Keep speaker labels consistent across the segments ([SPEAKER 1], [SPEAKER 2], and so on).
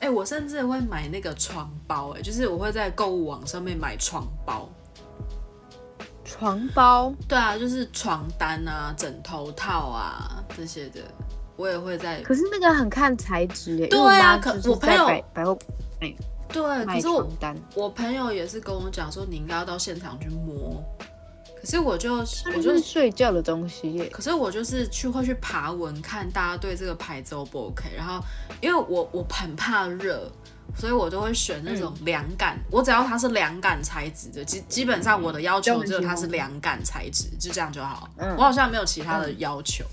[SPEAKER 1] 哎、我甚至会买那个床包、哎，就是我会在购物网上面买床包。
[SPEAKER 2] 床包
[SPEAKER 1] 对啊，就是床单啊、枕头套啊这些的，我也会在。
[SPEAKER 2] 可是那个很看材质耶，
[SPEAKER 1] 对
[SPEAKER 2] 因为
[SPEAKER 1] 啊
[SPEAKER 2] 妈
[SPEAKER 1] 可
[SPEAKER 2] 就是
[SPEAKER 1] 我朋友
[SPEAKER 2] 在百百货
[SPEAKER 1] 对，可
[SPEAKER 2] 买
[SPEAKER 1] 是我嗯
[SPEAKER 2] 床单，
[SPEAKER 1] 我朋友也是跟我讲说，你应该要到现场去摸。可是我就
[SPEAKER 2] 那
[SPEAKER 1] 我
[SPEAKER 2] 就
[SPEAKER 1] 就是
[SPEAKER 2] 睡觉的东西耶。
[SPEAKER 1] 可是我就是去会去爬文看大家对这个牌子 O 不 OK，然后因为我我很怕热，所以我都会选那种
[SPEAKER 2] 嗯
[SPEAKER 1] 凉感，我只要它是凉感材质的，基基本上我的要求只有它是凉感材质，就这样就好。
[SPEAKER 2] 嗯
[SPEAKER 1] 我好像没有其他的要求，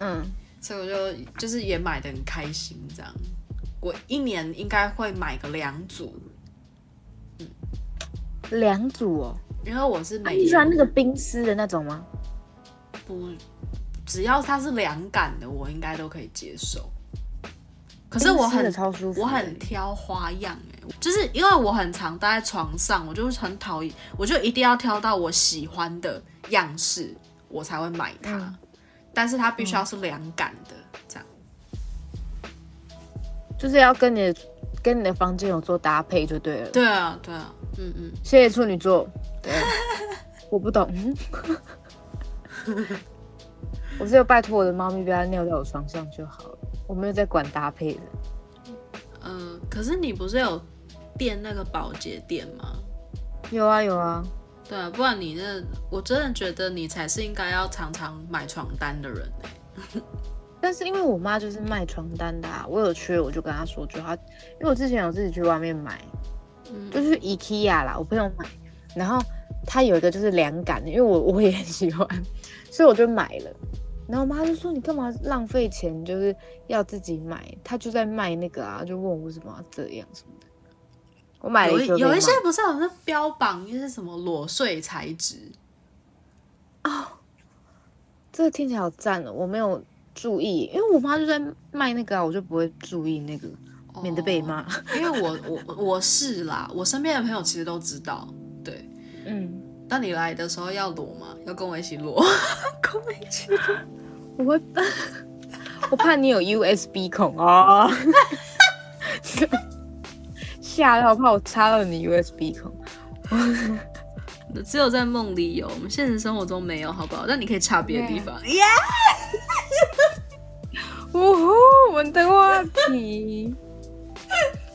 [SPEAKER 2] 嗯，
[SPEAKER 1] 所以我就就是也买的很开心这样。我一年应该会买个两组，
[SPEAKER 2] 两组哦。
[SPEAKER 1] 因为我是
[SPEAKER 2] 那
[SPEAKER 1] 每
[SPEAKER 2] 你喜欢那
[SPEAKER 1] 人
[SPEAKER 2] 个冰丝的那种吗？
[SPEAKER 1] 不，只要它是凉感的，我应该都可以接受。可是我
[SPEAKER 2] 冰丝
[SPEAKER 1] 很
[SPEAKER 2] 的超舒服的，
[SPEAKER 1] 我很挑花样哎、就是因为我很常待在床上，我就是很讨厌，我就一定要挑到我喜欢的样式，我才会买它。
[SPEAKER 2] 嗯
[SPEAKER 1] 但是它必须要是凉感的，这样。
[SPEAKER 2] 就是要跟你的跟你的房间有做搭配就对了。
[SPEAKER 1] 对啊，对啊，嗯嗯，
[SPEAKER 2] 谢谢处女座。 对，我不懂。我只有拜托我的猫咪不要尿在我床上就好了，我没有在管搭配的。
[SPEAKER 1] 呃，可是你不是有垫那个保洁垫吗？
[SPEAKER 2] 有啊有啊，
[SPEAKER 1] 对啊，不然你那，我真的觉得你才是应该要常常买床单的人哎、
[SPEAKER 2] 但是因为我妈就是卖床单的、啊，我有缺我就跟她说就好，因为我之前有自己去外面买，
[SPEAKER 1] 嗯
[SPEAKER 2] 就是 IKEA 啦，我朋友买，然后它有一个就是凉感的，因为我我也很喜欢，所以我就买了。然后我妈就说：“你干嘛浪费钱？就是要自己买。”她就在卖那个啊，就问我为什么要这样什么的。我买了
[SPEAKER 1] 有
[SPEAKER 2] 一
[SPEAKER 1] 一
[SPEAKER 2] 个被骂，
[SPEAKER 1] 有一些不是有那标榜就是什么裸睡材质，
[SPEAKER 2] 这个听起来好赞哦，我没有注意，因为我妈就在卖那个啊，我就不会注意那个，免得被
[SPEAKER 1] 哦
[SPEAKER 2] 骂。
[SPEAKER 1] 因为我我我是啦，我身边的朋友其实都知道。对，
[SPEAKER 2] 嗯。
[SPEAKER 1] 当你来的时候要裸吗？要跟我一起裸， 跟我一起裸。
[SPEAKER 2] 我会， 我怕你有 USB 孔哦， 吓到，怕我插到你 USB 孔。
[SPEAKER 1] 只有在梦里有，我们现实生活中没有，好不好？但你可以查别的地方。
[SPEAKER 2] 呜呼，我们的话题，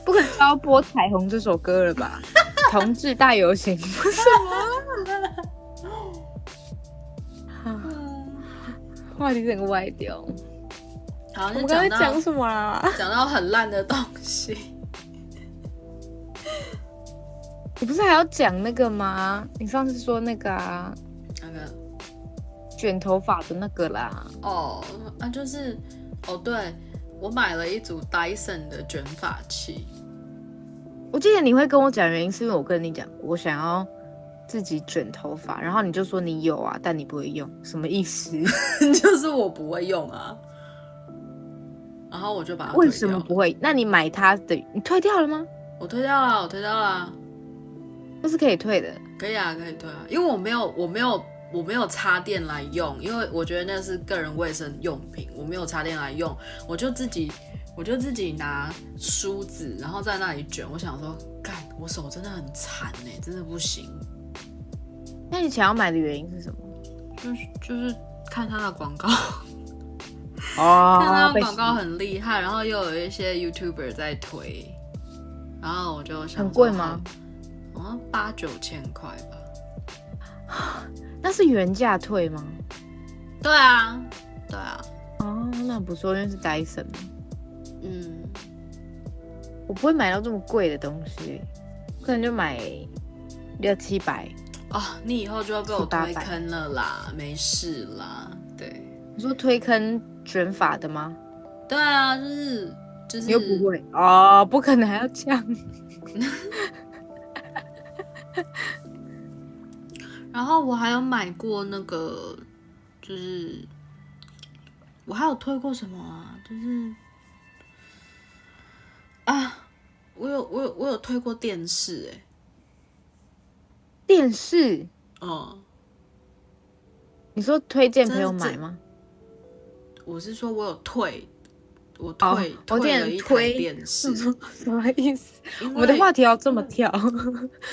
[SPEAKER 2] 不可能是要播《彩虹》这首歌了 吧？同志大游行，不是吗？话题整个歪掉。
[SPEAKER 1] 好，
[SPEAKER 2] 我
[SPEAKER 1] 就
[SPEAKER 2] 们刚才
[SPEAKER 1] 讲到
[SPEAKER 2] 讲什么啊啦？
[SPEAKER 1] 讲到很烂的东西。
[SPEAKER 2] 你不是还要讲那个吗？你上次说那个啊，
[SPEAKER 1] 那个
[SPEAKER 2] 卷头发的那个啦。
[SPEAKER 1] 哦啊，就是哦，对我买了一组 Dyson 的卷发器。
[SPEAKER 2] 我记得你会跟我讲原因，是因为我跟你讲，我想要自己卷头发，然后你就说你有啊，但你不会用，什么意思？
[SPEAKER 1] 就是我不会用啊，然后我就把它
[SPEAKER 2] 为
[SPEAKER 1] 退
[SPEAKER 2] 什
[SPEAKER 1] 掉
[SPEAKER 2] 么
[SPEAKER 1] 了
[SPEAKER 2] 不会？那你买它的，你退掉了吗？
[SPEAKER 1] 我退掉了，我退掉了，
[SPEAKER 2] 那是可以退的。
[SPEAKER 1] 可以啊，可以退啊，因为我没有，我没有，我没有插电来用，因为我觉得那是个人卫生用品，我没有插电来用，我就自己，我就自己拿梳子，然后在那里卷。我想说，干，我手真的很残哎、真的不行，
[SPEAKER 2] 那你想要买的原因是什么？
[SPEAKER 1] 就是就是看他的广告。 看
[SPEAKER 2] 哦
[SPEAKER 1] 他的广告很厉害，然后又有一些 YouTuber 在推，然后我就想说
[SPEAKER 2] 很贵 吗？
[SPEAKER 1] 好像八九千块吧。
[SPEAKER 2] 那是原价退吗？
[SPEAKER 1] 对啊，对啊，
[SPEAKER 2] 哦，那不错，因为是 Dyson 嘛。
[SPEAKER 1] 嗯，
[SPEAKER 2] 我不会买到这么贵的东西，可能就买六七百。
[SPEAKER 1] 哦，你以后就要被我
[SPEAKER 2] 七八百
[SPEAKER 1] 推坑了啦，没事啦，对，
[SPEAKER 2] 你说推坑卷发的吗？
[SPEAKER 1] 对啊，就是就是
[SPEAKER 2] 你又不会哦，不可能还要这样。
[SPEAKER 1] 然后我还有买过那个，就是我还有推过什么啊？就是啊，我有我有我有推过电视哎、
[SPEAKER 2] 电视。
[SPEAKER 1] 嗯，
[SPEAKER 2] 你说推荐朋友买吗？
[SPEAKER 1] 我是说我有退我退、
[SPEAKER 2] 哦我有
[SPEAKER 1] 退
[SPEAKER 2] 点
[SPEAKER 1] 了一台
[SPEAKER 2] 推
[SPEAKER 1] 电视，
[SPEAKER 2] 什么意思？
[SPEAKER 1] 因
[SPEAKER 2] 我们的
[SPEAKER 1] 为
[SPEAKER 2] 话题要这么 跳？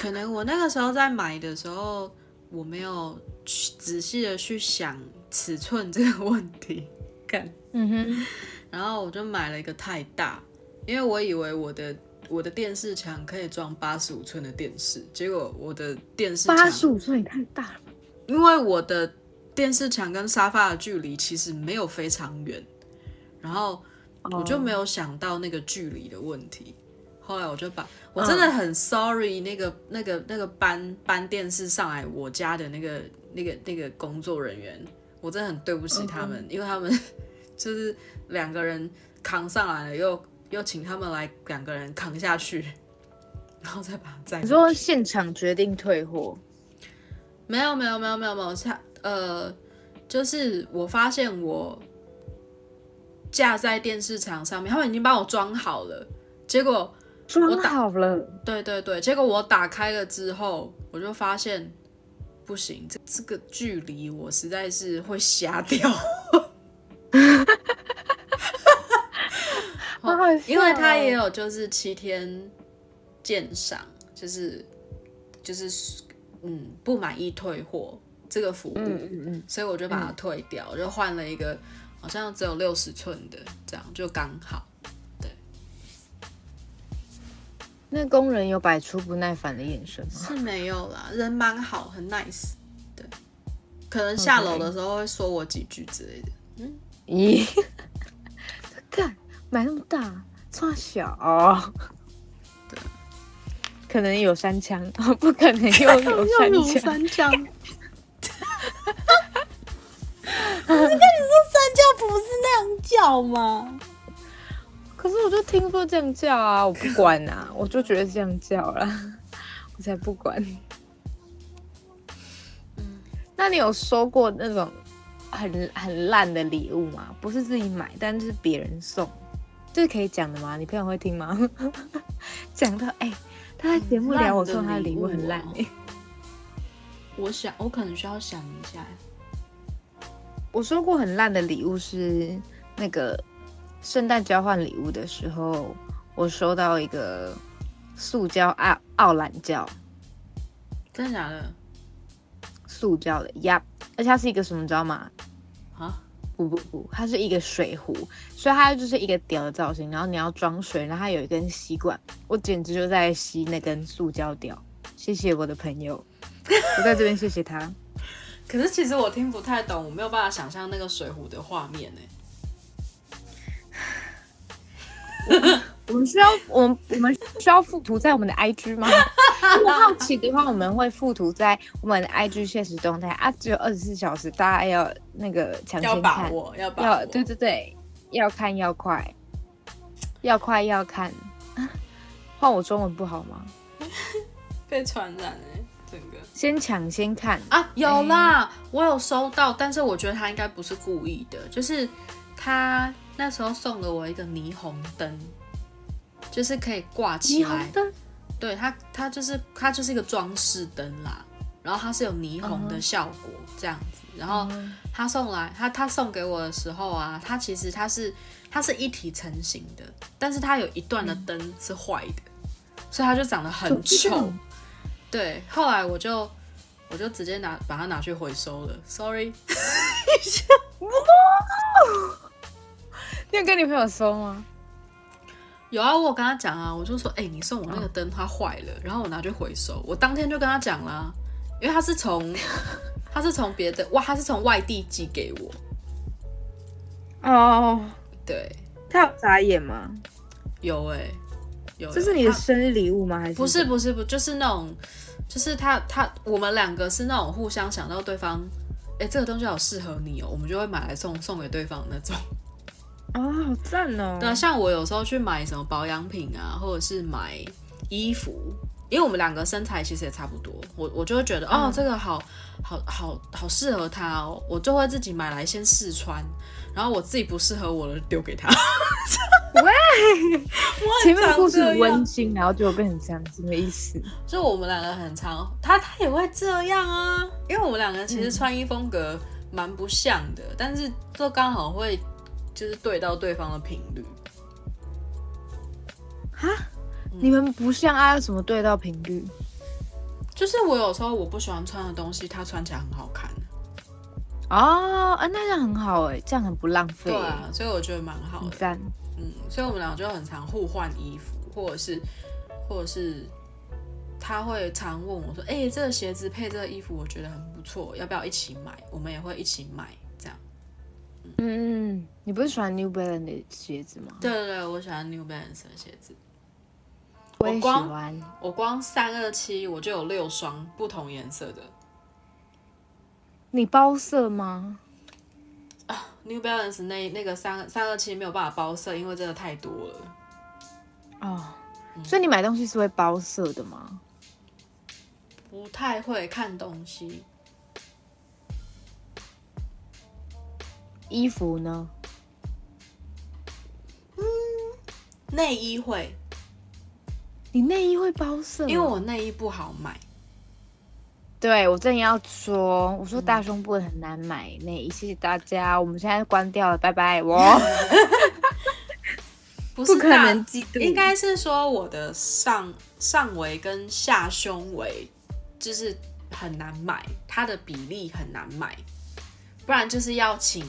[SPEAKER 1] 可能我那个时候在买的时候，我没有去仔细的去想尺寸这个问题，干，
[SPEAKER 2] 嗯哼，
[SPEAKER 1] 然后我就买了一个太大，因为我以为我的我的电视墙可以装八十五寸的电视，结果我的电视
[SPEAKER 2] 八
[SPEAKER 1] 墙
[SPEAKER 2] 十五岁也太大了吧。
[SPEAKER 1] 因为我的电视墙跟沙发的距离其实没有非常远，然后我
[SPEAKER 2] 哦
[SPEAKER 1] 就没有想到那个距离的问题。后来我就把我真的很 sorry 那个那个那个搬搬电视上来我家的那个那个那个工作人员，我真的很对不起他们，因为他们 就是两个人扛上来了，又又请他们来两个人扛下去，然后再把它载
[SPEAKER 2] 你
[SPEAKER 1] 回去。
[SPEAKER 2] 说现场决定退货，
[SPEAKER 1] 没有没有没有没有没有，他呃，就是我发现我架在电视墙上面，他们已经帮我装好了，结果
[SPEAKER 2] 装
[SPEAKER 1] 打
[SPEAKER 2] 好了，
[SPEAKER 1] 对对对，结果我打开了之后，我就发现不行，这这个距离我实在是会瞎掉，
[SPEAKER 2] 好好笑
[SPEAKER 1] 因为它也
[SPEAKER 2] 哦
[SPEAKER 1] 有就是七天鉴赏，就是就是嗯不满意退货这个服务，
[SPEAKER 2] 嗯嗯嗯，
[SPEAKER 1] 所以我就把它退掉，我就换了一个好像只有六十寸的，这样就刚好。
[SPEAKER 2] 那工人有摆出不耐烦的眼神吗？
[SPEAKER 1] 是没有啦，人蛮好，很 nice。对，可能下
[SPEAKER 2] OK
[SPEAKER 1] 楼的时候会说我几句之类的。
[SPEAKER 2] 咦，干买那么大，这小，
[SPEAKER 1] 对，
[SPEAKER 2] 可能有三枪， 不可能 又有三枪，
[SPEAKER 1] 枪。 我是跟你说，三叫不是那样叫吗？
[SPEAKER 2] 可是我就听说这样叫啊，我不管啊，我就觉得这样叫啦， 我才不管。
[SPEAKER 1] 嗯
[SPEAKER 2] 那你有收过那种很很烂的礼物吗？不是自己买，但是别人送，这是可以讲的吗？你朋友会听吗？ 讲到哎、他在节目聊我送他的礼物很烂、
[SPEAKER 1] 很烂的
[SPEAKER 2] 哎，
[SPEAKER 1] 哦我想，我可能需要想一下。
[SPEAKER 2] 我收过很烂的礼物是那个圣诞交换礼物的时候，我收到一个塑胶奥奥兰胶，
[SPEAKER 1] 真的假的？
[SPEAKER 2] 塑胶的呀，而且它是一个什么，你知道吗？
[SPEAKER 1] 啊？
[SPEAKER 2] 不不不，它是一个水壶，所以它就是一个屌的造型。然后你要装水，然后它有一根吸管，我简直就在吸那根塑胶屌。谢谢我的朋友，我在这边谢谢他。
[SPEAKER 1] 可是其实我听不太懂，我没有办法想象那个水壶的画面欸呢、
[SPEAKER 2] 我们需要，我们我们需要附图在我们的 IG 吗？如果好奇的话，我们会附图在我们的 IG 现实动态啊，只有二十四小时，大家要那个抢
[SPEAKER 1] 要
[SPEAKER 2] 先
[SPEAKER 1] 把
[SPEAKER 2] 看，
[SPEAKER 1] 握，要把握。
[SPEAKER 2] 要对对对，要看要快，要快要看。 换我中文不好吗？
[SPEAKER 1] 被传染哎、整个
[SPEAKER 2] 先抢先看，
[SPEAKER 1] 啊有啦，
[SPEAKER 2] 哎
[SPEAKER 1] 我有收到，但是我觉得他应该不是故意的，就是他那时候送了我一个霓虹灯，就是可以挂起
[SPEAKER 2] 霓
[SPEAKER 1] 来
[SPEAKER 2] 虹，灯
[SPEAKER 1] 对它它就是它就是一个装饰灯啦，然后它是有霓虹
[SPEAKER 2] 嗯
[SPEAKER 1] 的效果这样子，
[SPEAKER 2] 哦
[SPEAKER 1] 然后他送来他他送给我的时候啊，它其实它是它是一体成型的，但是它有一段的
[SPEAKER 2] 嗯
[SPEAKER 1] 灯是坏的，所以它就长得很丑。对，后来我就我就直接拿把它拿去回收了，sorry。
[SPEAKER 2] 你有跟你朋友说吗？
[SPEAKER 1] 有啊，我有跟他讲啊，我就说，哎、你送我那个灯它坏了，然后我拿去回收，我当天就跟他讲啦、因为他是 从他是从别的哇，他是从外地寄给我，
[SPEAKER 2] 哦，
[SPEAKER 1] 对，
[SPEAKER 2] 他有眨眼吗？
[SPEAKER 1] 有哎、有有
[SPEAKER 2] 这是你的
[SPEAKER 1] 他
[SPEAKER 2] 生日礼物吗？还是
[SPEAKER 1] 不是？不是不就是那种，就是他他我们两个是那种互相想到对方，哎、这个东西好适合你哦，我们就会买来送送给对方那种。
[SPEAKER 2] 哦，好赞哦！
[SPEAKER 1] 对啊，像我有时候去买什么保养品啊，或者是买衣服，因为我们两个身材其实也差不多，我我就会觉得、哦
[SPEAKER 2] 嗯，
[SPEAKER 1] 这个好好好好适合他哦，我就会自己买来先试穿，然后我自己不适合我的丢给他。
[SPEAKER 2] 前面的故事
[SPEAKER 1] 长这样
[SPEAKER 2] 很温馨，然后结果变成这样，什么意思？
[SPEAKER 1] 就我们两个很常，他他也会这样啊，因为我们两个其实穿衣风格蛮不像的，但是都刚好会就是对到对方的频率。
[SPEAKER 2] 哈，你们不像啊？什么对到频率？
[SPEAKER 1] 就是我有时候我不喜欢穿的东西，它穿起来很好看。
[SPEAKER 2] 哦，啊，那这样很好哎、这样很不浪费、
[SPEAKER 1] 对啊，所以我觉得蛮好
[SPEAKER 2] 很
[SPEAKER 1] 的。
[SPEAKER 2] 赞。
[SPEAKER 1] 嗯，所以我们俩就很常互换衣服，或者是，或者是他会常问我说：“哎、这个鞋子配这个衣服，我觉得很不错，要不要一起买？”我们也会一起买，这样。
[SPEAKER 2] 嗯嗯，你不是喜欢 New Balance 的鞋子吗？
[SPEAKER 1] 对对对，我喜欢 New Balance 的鞋子，
[SPEAKER 2] 我也喜
[SPEAKER 1] 光
[SPEAKER 2] 欢。
[SPEAKER 1] 我光三二七我就有六双不同颜色的
[SPEAKER 2] 你包色吗？
[SPEAKER 1] New Balance 那那个三三二七没有办法包色，因为真的太多了。
[SPEAKER 2] 哦，所以你买东西是会包色的吗？
[SPEAKER 1] 不太会看东西，
[SPEAKER 2] 衣服呢？
[SPEAKER 1] 内衣会，
[SPEAKER 2] 你内衣会包色？
[SPEAKER 1] 因为我内衣不好买。
[SPEAKER 2] 对我正要说，我说大胸部很难买内衣，谢谢大家，我们现在关掉了，拜拜。我
[SPEAKER 1] 不是
[SPEAKER 2] 不可
[SPEAKER 1] 大
[SPEAKER 2] 能嫉妒，
[SPEAKER 1] 应该是说我的上上围跟下胸围就是很难买，它的比例很难买，不然就是要请，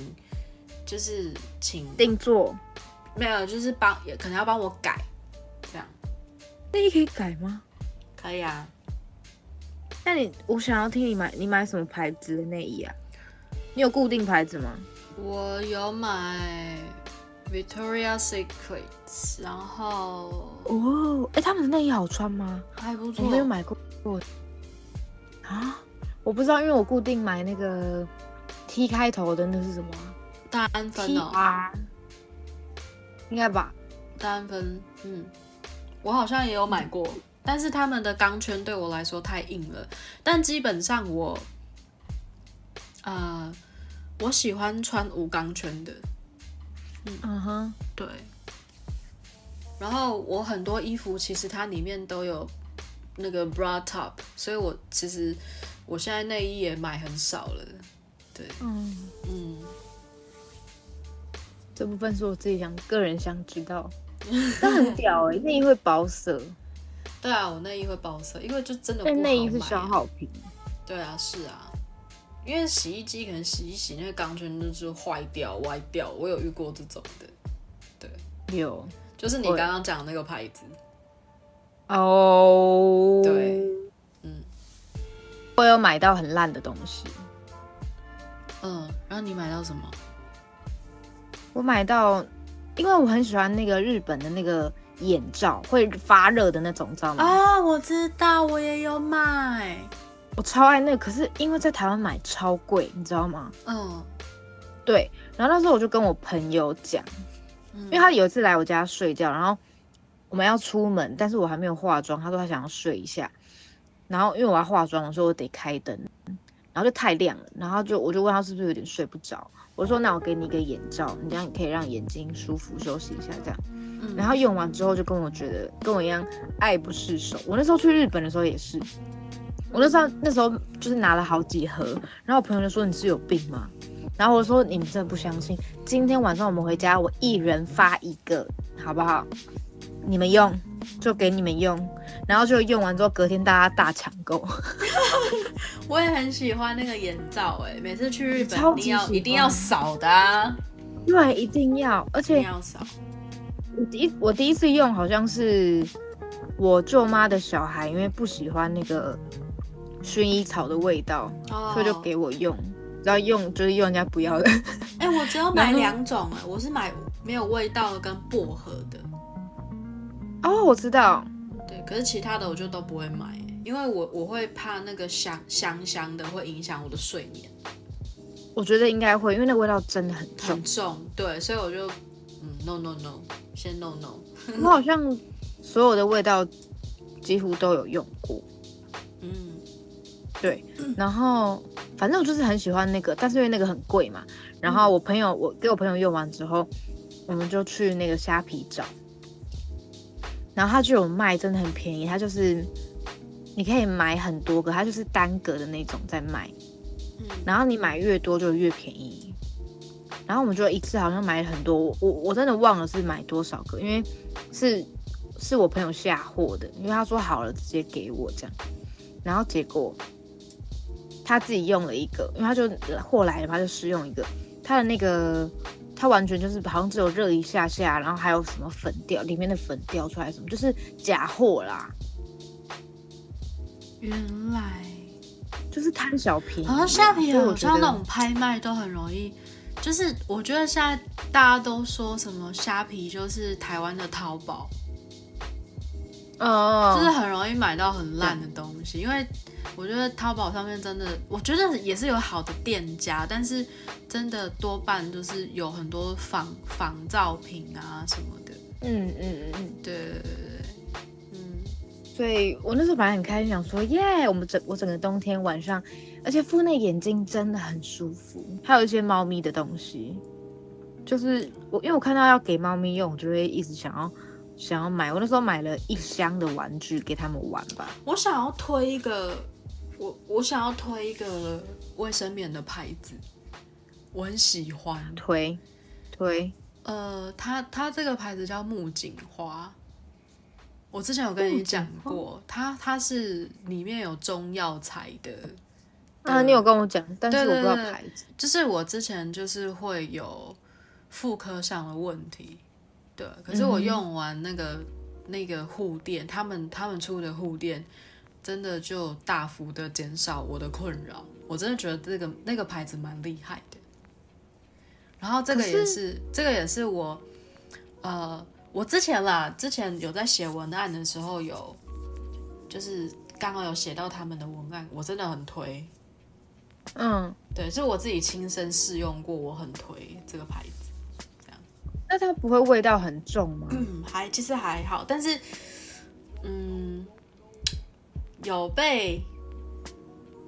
[SPEAKER 1] 就是请
[SPEAKER 2] 定做
[SPEAKER 1] 没有，就是帮也可能要帮我改，这样
[SPEAKER 2] 内衣可以改吗？
[SPEAKER 1] 可以啊。
[SPEAKER 2] 那你我想要听你买你买什么牌子的内衣啊？你有固定牌子吗？
[SPEAKER 1] 我有买 Victoria Secret，然后
[SPEAKER 2] 哦，哎，他们的内衣好穿吗？
[SPEAKER 1] 还不
[SPEAKER 2] 我没有买过过啊，我不知道，因为我固定买那个 T 开头的那是什么啊
[SPEAKER 1] 单分
[SPEAKER 2] ？T
[SPEAKER 1] 哦，
[SPEAKER 2] R，应该吧？
[SPEAKER 1] 单分，嗯，我好像也有买过，但是他们的钢圈对我来说太硬了。但基本上我，呃，我喜欢穿无钢圈的，
[SPEAKER 2] 嗯哼，
[SPEAKER 1] 对。然后我很多衣服其实它里面都有那个 bra top，所以我其实我现在内衣也买很少了，对，
[SPEAKER 2] 嗯。
[SPEAKER 1] 嗯。
[SPEAKER 2] 这部分是我自己想个人想知 道，但很屌哎、内衣会保色，
[SPEAKER 1] 对啊，我内衣会包色，因为就真的不好
[SPEAKER 2] 但
[SPEAKER 1] 买。
[SPEAKER 2] 内衣是消耗品。
[SPEAKER 1] 对啊，是啊，因为洗衣机可能洗一洗，那个钢圈就是坏掉、歪掉，我有遇过这种的，
[SPEAKER 2] 有
[SPEAKER 1] 就是你
[SPEAKER 2] 会
[SPEAKER 1] 刚刚讲的那个牌子，
[SPEAKER 2] 哦
[SPEAKER 1] 对，嗯
[SPEAKER 2] 我有买到很烂的东西，
[SPEAKER 1] 嗯，然后你买到什么？
[SPEAKER 2] 我买到，因为我很喜欢那个日本的那个眼罩，会发热的那种，你知道吗？
[SPEAKER 1] 啊、我知道，我也有买，
[SPEAKER 2] 我超爱那个，可是因为在台湾买超贵，你知道吗？
[SPEAKER 1] 嗯
[SPEAKER 2] 对，然后那时候我就跟我朋友讲，
[SPEAKER 1] 嗯
[SPEAKER 2] 因为他有一次来我家睡觉，然后我们要出门，但是我还没有化妆，他说他想要睡一下，然后因为我要化妆，我说我得开灯，然后就太亮了，然后就我就问他是不是有点睡不着，我说那我给你一个眼罩，你这样可以让眼睛舒服休息一下这样，
[SPEAKER 1] 嗯
[SPEAKER 2] 然后用完之后就跟我觉得跟我一样爱不释手，我那时候去日本的时候也是，我那时候那时候就是拿了好几盒，然后我朋友就说你是有病吗？然后我说你们真的不相信，今天晚上我们回家，我一人发一个，好不好？你们用就给你们用，然后就用完之后，隔天大家大抢购，
[SPEAKER 1] 我也很喜欢那个眼罩、哎，每次去日本
[SPEAKER 2] 超
[SPEAKER 1] 一
[SPEAKER 2] 级
[SPEAKER 1] 定要
[SPEAKER 2] 喜欢
[SPEAKER 1] 一定要扫的、啊，
[SPEAKER 2] 对，一定要。而
[SPEAKER 1] 一定
[SPEAKER 2] 且
[SPEAKER 1] 要扫，
[SPEAKER 2] 我第一我第一次用好像是我舅妈的小孩，因为不喜欢那个薰衣草的味道，
[SPEAKER 1] 哦
[SPEAKER 2] 所以就给我用，然后用就是用人家不要的。
[SPEAKER 1] 哎、我只有买
[SPEAKER 2] 然后
[SPEAKER 1] 两种、哎，我是买没有味道的跟薄荷的，
[SPEAKER 2] 哦，我知道，
[SPEAKER 1] 对，可是其他的我就都不会买欸，因为我我会怕那个香香香的会影响我的睡眠，
[SPEAKER 2] 我觉得应该会，因为那个味道真的很重
[SPEAKER 1] 很。重，对，所以我就嗯 no no no，先 no no，
[SPEAKER 2] 我好像所有的味道几乎都有用过，
[SPEAKER 1] 嗯
[SPEAKER 2] 对。然后反正我就是很喜欢那个，但是因为那个很贵嘛。然后我朋友，我给我朋友用完之后，我们就去那个虾皮找，然后他就有卖，真的很便宜，他就是。你可以买很多个，它就是单个的那种在卖，
[SPEAKER 1] 嗯，
[SPEAKER 2] 然后你买越多就越便宜。然后我们就一次好像买了很多，我我我真的忘了是买多少个，因为是是我朋友下货的，因为他说好了直接给我这样，然后结果他自己用了一个，因为他就货来了嘛，他就试用一个，他的那个他完全就是好像只有热一下下，然后还有什么粉掉里面的粉掉出来什么，就是假货啦，
[SPEAKER 1] 原来
[SPEAKER 2] 就是贪小便宜，啊
[SPEAKER 1] 好像虾皮
[SPEAKER 2] 所以我
[SPEAKER 1] 好
[SPEAKER 2] 觉
[SPEAKER 1] 像
[SPEAKER 2] 得
[SPEAKER 1] 那种拍卖都很容易，就是我觉得现在大家都说什么虾皮就是台湾的淘宝，
[SPEAKER 2] 哦，
[SPEAKER 1] 就是很容易买到很烂的东西，因为我觉得淘宝上面真的，我觉得也是有好的店家，但是真的多半就是有很多仿仿造品啊什么的。
[SPEAKER 2] 嗯嗯嗯嗯。
[SPEAKER 1] 对对对对对，嗯，
[SPEAKER 2] 所以我那时候本来很开心，想说耶，我们整我整个冬天晚上，而且敷那眼睛真的很舒服，还有一些猫咪的东西，就是我因为我看到要给猫咪用，我就会一直想要想要买。我那时候买了一箱的玩具给他们玩吧，
[SPEAKER 1] 我想要推一个，我我想要推一个卫生棉的牌子，我很喜欢。
[SPEAKER 2] 推推
[SPEAKER 1] 呃，它它这个牌子叫木槿花，我之前有跟你讲过，它它是里面有中药材的，
[SPEAKER 2] 啊，
[SPEAKER 1] 对
[SPEAKER 2] 你有跟我讲，但是
[SPEAKER 1] 对
[SPEAKER 2] 我
[SPEAKER 1] 对
[SPEAKER 2] 不知道
[SPEAKER 1] 嗯对
[SPEAKER 2] 牌子。
[SPEAKER 1] 就是我之前就是会有妇科上的问题，对，可是我
[SPEAKER 2] 嗯哼
[SPEAKER 1] 用完那个、那个护垫，他们他们出的护垫，真的就大幅的减少我的困扰，我真的觉得这个那个牌子蛮厉害的。然后这个
[SPEAKER 2] 可
[SPEAKER 1] 也
[SPEAKER 2] 是
[SPEAKER 1] 是这个也是我，呃，我之前啦，之前有在写文案的时候有，就是刚好有写到他们的文案，我真的很推，
[SPEAKER 2] 嗯，
[SPEAKER 1] 对，是我自己亲身试用过，我很推这个牌子，
[SPEAKER 2] 那它不会味道很重吗？
[SPEAKER 1] 嗯，还其实还好，但是，嗯，有被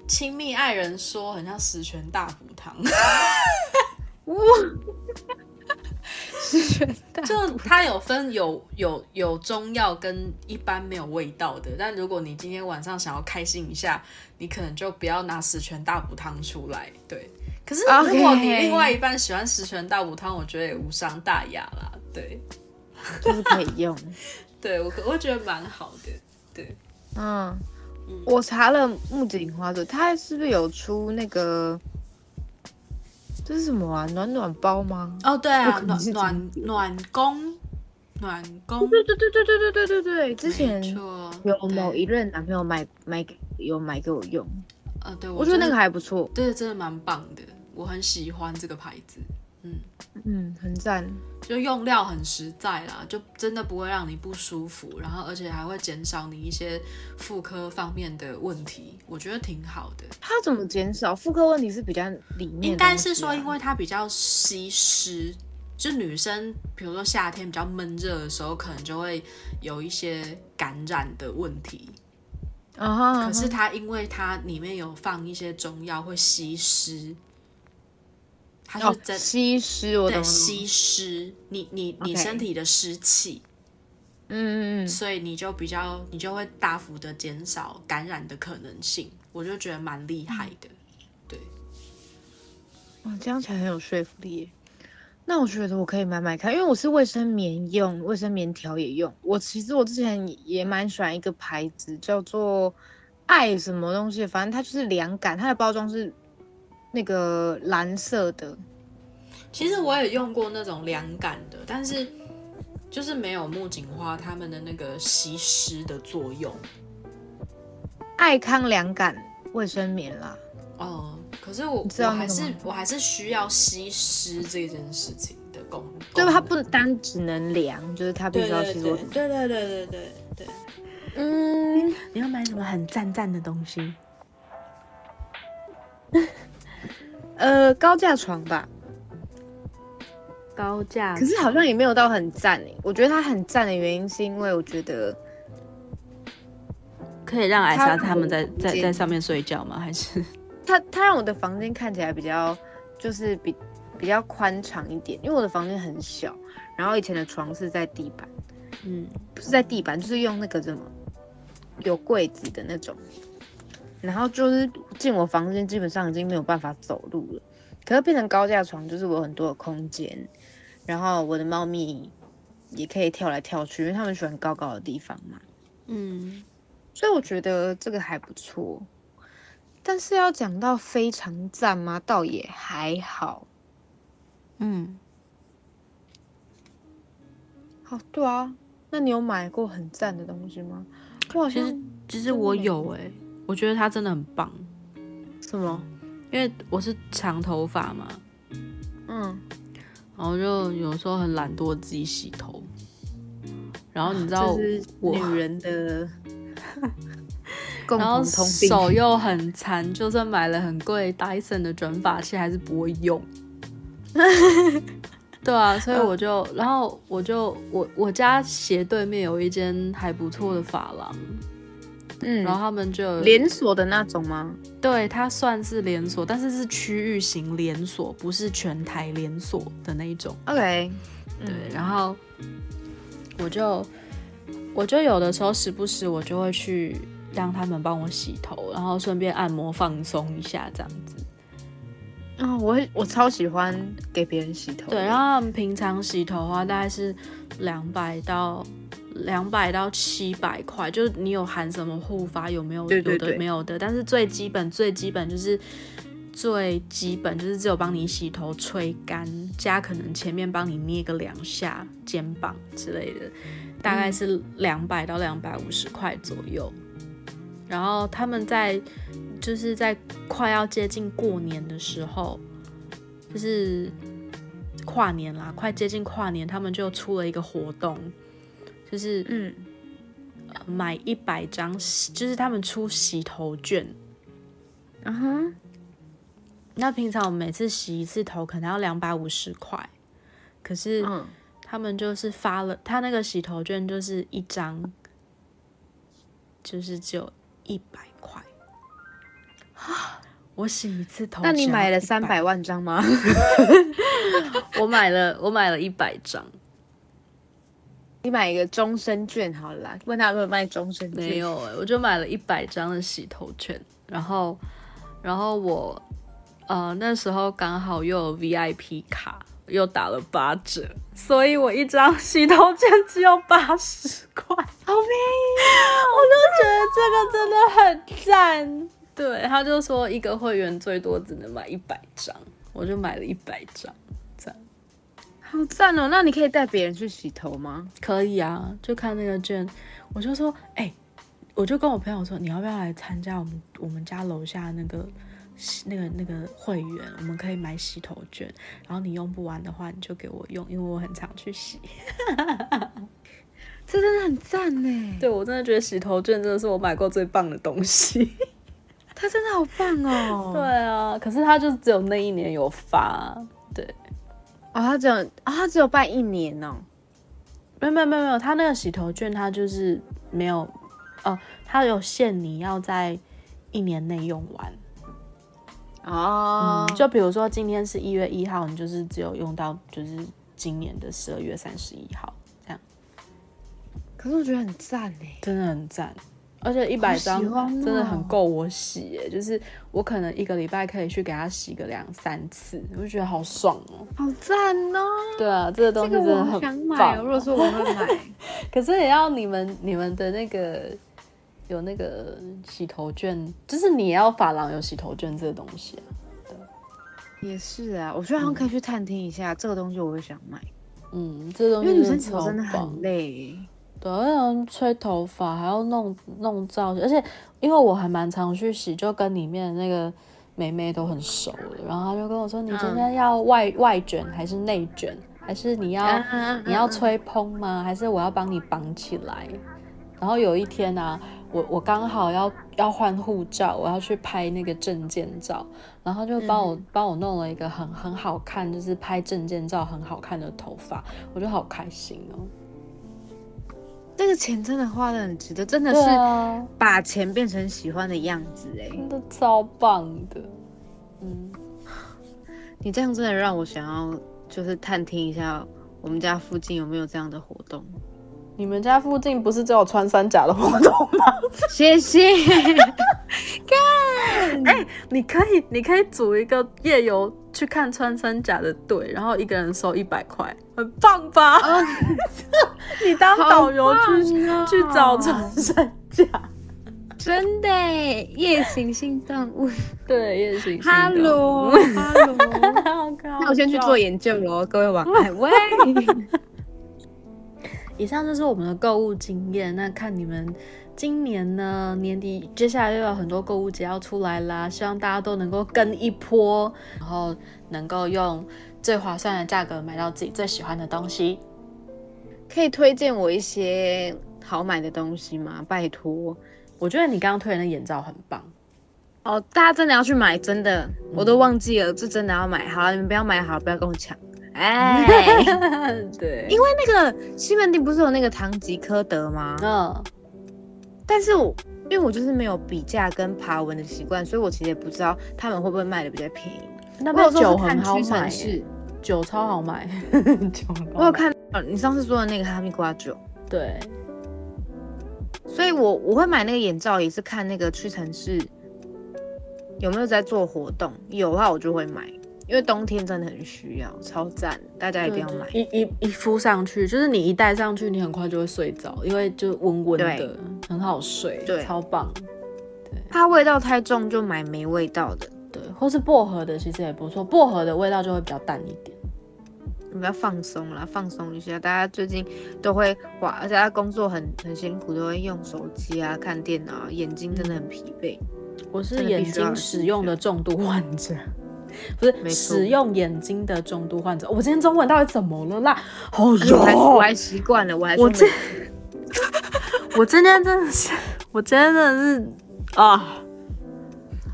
[SPEAKER 1] 亲密爱人说很像十全大补汤，
[SPEAKER 2] 哇，是觉得
[SPEAKER 1] 就它有分有有有中药跟一般没有味道的，但如果你今天晚上想要开心一下，你可能就不要拿十全大补汤出来，对。可是如果你
[SPEAKER 2] OK
[SPEAKER 1] 另外一半喜欢十全大补汤，我觉得也无伤大雅啦，对。
[SPEAKER 2] 就是可以用。
[SPEAKER 1] 对我可，我觉得蛮好的。对，
[SPEAKER 2] 嗯
[SPEAKER 1] 嗯，
[SPEAKER 2] 我查了木槿花的，它是不是有出那个？这是什么啊？暖暖包吗？
[SPEAKER 1] 哦，对啊，
[SPEAKER 2] 我可能
[SPEAKER 1] 暖
[SPEAKER 2] 是
[SPEAKER 1] 暖暖宫，暖宫，
[SPEAKER 2] 对对对对对对对对对，之前
[SPEAKER 1] 没错
[SPEAKER 2] 有某
[SPEAKER 1] 对
[SPEAKER 2] 一任男朋友买买给有买给我用，
[SPEAKER 1] 呃，对
[SPEAKER 2] 我觉得那个
[SPEAKER 1] 还
[SPEAKER 2] 还不错，
[SPEAKER 1] 对，真的蛮棒的，我很喜欢这个牌子。嗯，
[SPEAKER 2] 嗯，很赞。
[SPEAKER 1] 就用料很实在啦，就真的不会让你不舒服，然后而且还会减少你一些妇科方面的问题，我觉得挺好的。
[SPEAKER 2] 它怎么减少妇科问题是比较里面的东西啊、
[SPEAKER 1] 应该是说，因为它比较吸湿，就女生比如说夏天比较闷热的时候，可能就会有一些感染的问题。
[SPEAKER 2] 啊哈，啊哈
[SPEAKER 1] 可是它因为它里面有放一些中药会吸湿，它
[SPEAKER 2] 哦
[SPEAKER 1] 是真、
[SPEAKER 2] 吸湿，我懂
[SPEAKER 1] 对
[SPEAKER 2] 了，
[SPEAKER 1] 吸湿你你你
[SPEAKER 2] OK
[SPEAKER 1] 身体的湿气
[SPEAKER 2] 嗯嗯嗯，
[SPEAKER 1] 所以你就比较你就会大幅的减少感染的可能性，我就觉得蛮厉害的。对，
[SPEAKER 2] 哇，这样才很有说服力耶。那我觉得我可以买买看，因为我是卫生棉用，卫生棉条也用。我其实我之前也蛮喜欢一个牌子，叫做爱什么东西，反正它就是凉感，它的包装是那个蓝色的。
[SPEAKER 1] 其实我也用过那种凉感的，但是就是没有木槿花它们的那个吸湿的作用。
[SPEAKER 2] 爱康凉感卫生棉啦。
[SPEAKER 1] 哦、可是我
[SPEAKER 2] 你知
[SPEAKER 1] 我
[SPEAKER 2] 道
[SPEAKER 1] 还
[SPEAKER 2] 那个吗
[SPEAKER 1] 是我还是需要吸湿这件事情的功功能。
[SPEAKER 2] 对，它不单只能凉，就是它必
[SPEAKER 1] 对
[SPEAKER 2] 须要
[SPEAKER 1] 对
[SPEAKER 2] 其
[SPEAKER 1] 对
[SPEAKER 2] 实我
[SPEAKER 1] 对对对对对对。
[SPEAKER 2] 嗯，
[SPEAKER 1] 你要买什么很赞赞的东西？
[SPEAKER 2] 呃，高架床吧，
[SPEAKER 1] 高价
[SPEAKER 2] 可是好像也没有到很赞诶。我觉得它很赞的原因是因为我觉得
[SPEAKER 1] 可以让艾
[SPEAKER 2] 它
[SPEAKER 1] 莎
[SPEAKER 2] 让
[SPEAKER 1] 他们在
[SPEAKER 2] 我
[SPEAKER 1] 在
[SPEAKER 2] 间
[SPEAKER 1] 在上面睡觉吗？还是
[SPEAKER 2] 它它让我的房间看起来比较就是比比较宽敞一点，因为我的房间很小，然后以前的床是在地板，
[SPEAKER 1] 嗯
[SPEAKER 2] 不是在地板，就是用那个什么有柜子的那种，然后就是进我房间基本上已经没有办法走路了，可是变成高架床，就是我有很多的空间，然后我的猫咪也可以跳来跳去，因为它们喜欢高高的地方嘛。
[SPEAKER 1] 嗯，
[SPEAKER 2] 所以我觉得这个还不错，但是要讲到非常赞吗？倒也还好。
[SPEAKER 1] 嗯，
[SPEAKER 2] 好，对啊，那你有买过很赞的东西吗？我好
[SPEAKER 1] 其
[SPEAKER 2] 像
[SPEAKER 1] 实其实我有哎、我觉得它真的很棒，
[SPEAKER 2] 什么？
[SPEAKER 1] 因为我是长头发嘛，
[SPEAKER 2] 嗯，
[SPEAKER 1] 然后就有时候很懒惰自己洗头，然后你知道
[SPEAKER 2] 这啊是
[SPEAKER 1] 我
[SPEAKER 2] 女 人的共
[SPEAKER 1] 然后
[SPEAKER 2] 同通病。
[SPEAKER 1] 手又很残，就算买了很贵的 Dyson 的卷发器，还是不会 用。对啊，所以
[SPEAKER 2] 嗯
[SPEAKER 1] 我就，然后我就，我我家斜对面有一间还不错的发廊，
[SPEAKER 2] 嗯，
[SPEAKER 1] 然后他们就有
[SPEAKER 2] 连锁的那种吗？
[SPEAKER 1] 对它算是连锁，但是是区域型连锁，不是全台连锁的那一种。
[SPEAKER 2] OK，
[SPEAKER 1] 对，然后我就我就有的时候时不时我就会去让他们帮我洗头，然后顺便按摩放松一下这样子。
[SPEAKER 2] 啊、我很我超喜欢给别人洗头。
[SPEAKER 1] 对，然后他们平常洗头的话大概是两百到两百到七百块，就是你有含什么护发有没有
[SPEAKER 2] 对对
[SPEAKER 1] 有的
[SPEAKER 2] 对
[SPEAKER 1] 没有的，但是最基本最基本就是。最基本就是只有帮你洗头、吹干，加可能前面帮你捏个两下肩膀之类的，大
[SPEAKER 2] 嗯
[SPEAKER 1] 概是两百到两百五十块左右。然后他们在就是在快要接近过年的时候，就是跨年啦，快接近跨年，他们就出了一个活动，就是
[SPEAKER 2] 嗯，
[SPEAKER 1] 呃买一百张洗，就是他们出洗头券。
[SPEAKER 2] 嗯哼，
[SPEAKER 1] 那平常我们每次洗一次头可能要两百五十块，可是
[SPEAKER 2] 嗯，
[SPEAKER 1] 他们就是发了，他那个洗头券就是一张，就是只有一百块。我洗一次头，
[SPEAKER 2] 啊那你
[SPEAKER 1] 只要
[SPEAKER 2] 买了
[SPEAKER 1] 100
[SPEAKER 2] 三？百万张吗？
[SPEAKER 1] 我买了，我买了一百张，
[SPEAKER 2] 你买一个终身券好了啦，问他有没有卖终身券？
[SPEAKER 1] 没有哎、我就买了一百张的洗头券，然后，然后我，呃，那时候刚好又有 VIP 卡，又打了八折，所以我一张洗头券只有八十块。
[SPEAKER 2] 好便
[SPEAKER 1] 我都觉得这个真的很赞。对，他就说一个会员最多只能买一百张，我就买了一百张，这样
[SPEAKER 2] 宜，好赞哦！那你可以带别人去洗头吗？
[SPEAKER 1] 可以啊。就看那个券，我就说，哎、我就跟我朋友说，你要不要来参加我们我们家楼下那个洗那个那个会员，我们可以买洗头券，然后你用不完的话，你就给我用，因为我很常去洗。
[SPEAKER 2] 这真的很赞呢，
[SPEAKER 1] 对我真的觉得洗头券真的是我买过最棒的东西。
[SPEAKER 2] 他真的好棒 哦。
[SPEAKER 1] 对啊，可是他就只有那一年有发，对。
[SPEAKER 2] 哦，他只有啊、他只有办一年哦。
[SPEAKER 1] 没有没有没有没有，他那个洗头券他就是没有，哦，他有限你要在一年内用完。
[SPEAKER 2] 哦，
[SPEAKER 1] 嗯就比如说今天是一月一号，你就是只有用到就是今年的十二月三十一号，这样
[SPEAKER 2] 可是我觉得很赞呢。
[SPEAKER 1] 真的很赞。而且一百张
[SPEAKER 2] 喜欢哦
[SPEAKER 1] 真的很够我洗耶，就是我可能一个礼拜可以去给他洗个两三次，我就觉得好爽哦。
[SPEAKER 2] 好赞哦！
[SPEAKER 1] 对啊，这个东
[SPEAKER 2] 这
[SPEAKER 1] 西
[SPEAKER 2] 个
[SPEAKER 1] 真
[SPEAKER 2] 我
[SPEAKER 1] 的
[SPEAKER 2] 好
[SPEAKER 1] 很
[SPEAKER 2] 想买
[SPEAKER 1] 棒
[SPEAKER 2] 哦。如果说我会 买，
[SPEAKER 1] 可是也要你们你们的那个有那个洗头券，就是你也要发廊有洗头券这个东西、啊。
[SPEAKER 2] 也是啊。我觉得好像可以去探听一下这个东西，我会想买，
[SPEAKER 1] 嗯，这东
[SPEAKER 2] 因
[SPEAKER 1] 西
[SPEAKER 2] 为女
[SPEAKER 1] 真的
[SPEAKER 2] 生洗
[SPEAKER 1] 超
[SPEAKER 2] 头真的
[SPEAKER 1] 棒
[SPEAKER 2] 很。累。
[SPEAKER 1] 对，而且吹头发还要弄弄造型，而且因为我还蛮常去洗，就跟里面的那个妹妹都很熟了。然后她就跟我说：“你
[SPEAKER 2] 嗯
[SPEAKER 1] 今天要外、外卷还是内卷？还是你要、
[SPEAKER 2] 嗯嗯嗯
[SPEAKER 1] 你要吹蓬吗？还是我要帮你绑起来？”然后有一天啊，我我刚好要要换护照，我要去拍那个证件照，然后就帮
[SPEAKER 2] 嗯
[SPEAKER 1] 我、帮我弄了一个很很好看，就是拍证件照很好看的头发，我就好开心哦。
[SPEAKER 2] 这个钱真的花的很值得，真的
[SPEAKER 1] 对
[SPEAKER 2] 是
[SPEAKER 1] 啊。
[SPEAKER 2] 把钱变成喜欢的样子哎。
[SPEAKER 1] 真的超棒的，嗯，
[SPEAKER 2] 你这样真的让我想要就是探听一下我们家附近有没有这样的活 动。
[SPEAKER 1] 你们家附近不是只有穿山甲的活动 吗？
[SPEAKER 2] 谢谢。
[SPEAKER 1] 你可以，你可以组一个夜游去看穿山甲的队，然后一个人收一百块，很棒吧？啊 你当导游去、
[SPEAKER 2] 哦
[SPEAKER 1] 去找穿山甲，
[SPEAKER 3] 真的耶夜行性动物。
[SPEAKER 1] 对，夜行性动物
[SPEAKER 2] Hello，Hello，
[SPEAKER 1] 好搞笑
[SPEAKER 3] 那我先去做研究喽，各位网爱喂。
[SPEAKER 1] 以上就是我们的购物经验。那看你们今年呢，年底接下来又有很多购物节要出来啦，希望大家都能够跟一波，然后能够用最划算的价格买到自己最喜欢的东西。
[SPEAKER 2] 可以推荐我一些好买的东西吗？拜托。
[SPEAKER 1] 我觉得你刚刚推的那眼罩很棒，
[SPEAKER 2] 哦，大家真的要去买，真的，我都忘记了，这真的要买。好了，你们不要买，好了，不要跟我抢。哎，
[SPEAKER 1] 对，
[SPEAKER 2] 因为那个西门町不是有那个唐吉诃德吗？
[SPEAKER 1] 嗯，
[SPEAKER 2] 但是我因为我就是没有比价跟爬文的习惯，所以我其实也不知道他们会不会卖的比较便宜。
[SPEAKER 1] 那
[SPEAKER 2] 我有
[SPEAKER 1] 边
[SPEAKER 2] 时候
[SPEAKER 1] 酒
[SPEAKER 2] 是看
[SPEAKER 1] 很好
[SPEAKER 2] 屈臣
[SPEAKER 1] 买
[SPEAKER 2] 氏
[SPEAKER 1] 耶，，酒超好 买， 酒很好买
[SPEAKER 2] 我有看到你上次说的那个哈密瓜酒，
[SPEAKER 1] 对，
[SPEAKER 2] 所以我我会买那个眼罩也是看那个屈臣氏有没有在做活动，有的话我就会买，因为冬天真的很需要，超赞，大家一定要买。
[SPEAKER 1] 一一一敷上去，就是你一戴上去，你很快就会睡着，因为就温温的
[SPEAKER 2] 对，
[SPEAKER 1] 很好睡，
[SPEAKER 2] 对
[SPEAKER 1] 超棒。
[SPEAKER 2] 怕味道太重就买没味道的，
[SPEAKER 1] 对，或是薄荷的其实也不错，薄荷的味道就会比较淡一点。
[SPEAKER 2] 你们要放松啦，放松一下。大家最近都会哇，而且大家工作很很辛苦，都会用手机啊、看电脑啊，眼睛真的很疲惫。
[SPEAKER 1] 我是
[SPEAKER 2] 真的
[SPEAKER 1] 眼
[SPEAKER 2] 必须要
[SPEAKER 1] 睛
[SPEAKER 2] 有
[SPEAKER 1] 使用的重 度患者，不是
[SPEAKER 2] 没错
[SPEAKER 1] 使用眼睛的重度患者。我今天中文到底怎么了啦？好
[SPEAKER 2] 而且哎我还我
[SPEAKER 1] 哟！
[SPEAKER 2] 还习惯了，我还
[SPEAKER 1] 我
[SPEAKER 2] 说
[SPEAKER 1] 今
[SPEAKER 2] 没
[SPEAKER 1] 我今天真的是，我今天真的是啊，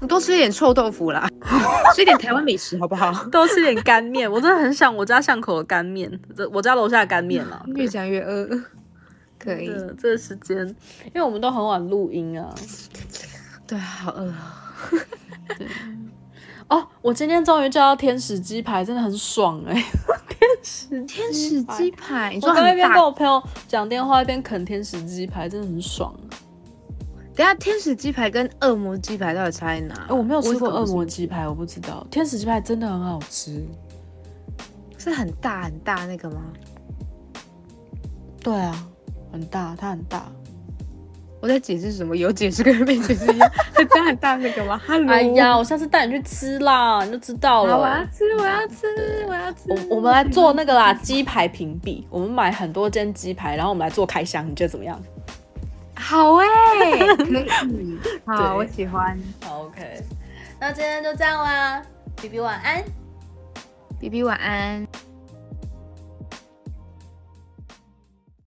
[SPEAKER 2] 你多吃一点臭豆腐啦， 吃一点台湾美食好不好？
[SPEAKER 1] 多吃点干面，我真的很想我家巷口的干面，这我家楼下的干面啊了。
[SPEAKER 2] 越讲越饿，可以。
[SPEAKER 1] 对，这个时间，因为我们都很晚录音啊。
[SPEAKER 2] 对啊，好饿啊！
[SPEAKER 1] 哦，我今天终于叫到天使鸡排，真的很爽哎、天使
[SPEAKER 2] 天使鸡排，你
[SPEAKER 1] 我
[SPEAKER 2] 说
[SPEAKER 1] 刚刚一
[SPEAKER 2] 很
[SPEAKER 1] 边跟
[SPEAKER 2] 大
[SPEAKER 1] 我。朋友讲电话，一边啃天使鸡排，真的很爽、啊。
[SPEAKER 2] 等一下天使鸡排跟恶魔鸡排到底差在哪？
[SPEAKER 1] 哎、我没有吃过
[SPEAKER 2] 可不
[SPEAKER 1] 恶
[SPEAKER 2] 是
[SPEAKER 1] 魔鸡排，我不知道。天使鸡排真的很好吃。
[SPEAKER 2] 是很大很大那个吗？
[SPEAKER 1] 对啊，很大，它很大。
[SPEAKER 2] 我在解释什么？有解释跟没解释一样， 很大很大那个吗？Hello，
[SPEAKER 1] 哎呀，我下次带你去吃啦，你就知道
[SPEAKER 2] 好，我
[SPEAKER 1] 了
[SPEAKER 2] 要。吃，我要吃，我要吃。
[SPEAKER 1] 我我们来做那个啦，鸡排评比。我们买很多间鸡排，然后我们来做开箱，你觉得怎么样？
[SPEAKER 2] 好 哎、可以，
[SPEAKER 1] 对
[SPEAKER 2] 好，我喜欢。
[SPEAKER 1] 好，OK，那今天就这样啦，比比晚安。
[SPEAKER 2] B B 晚安。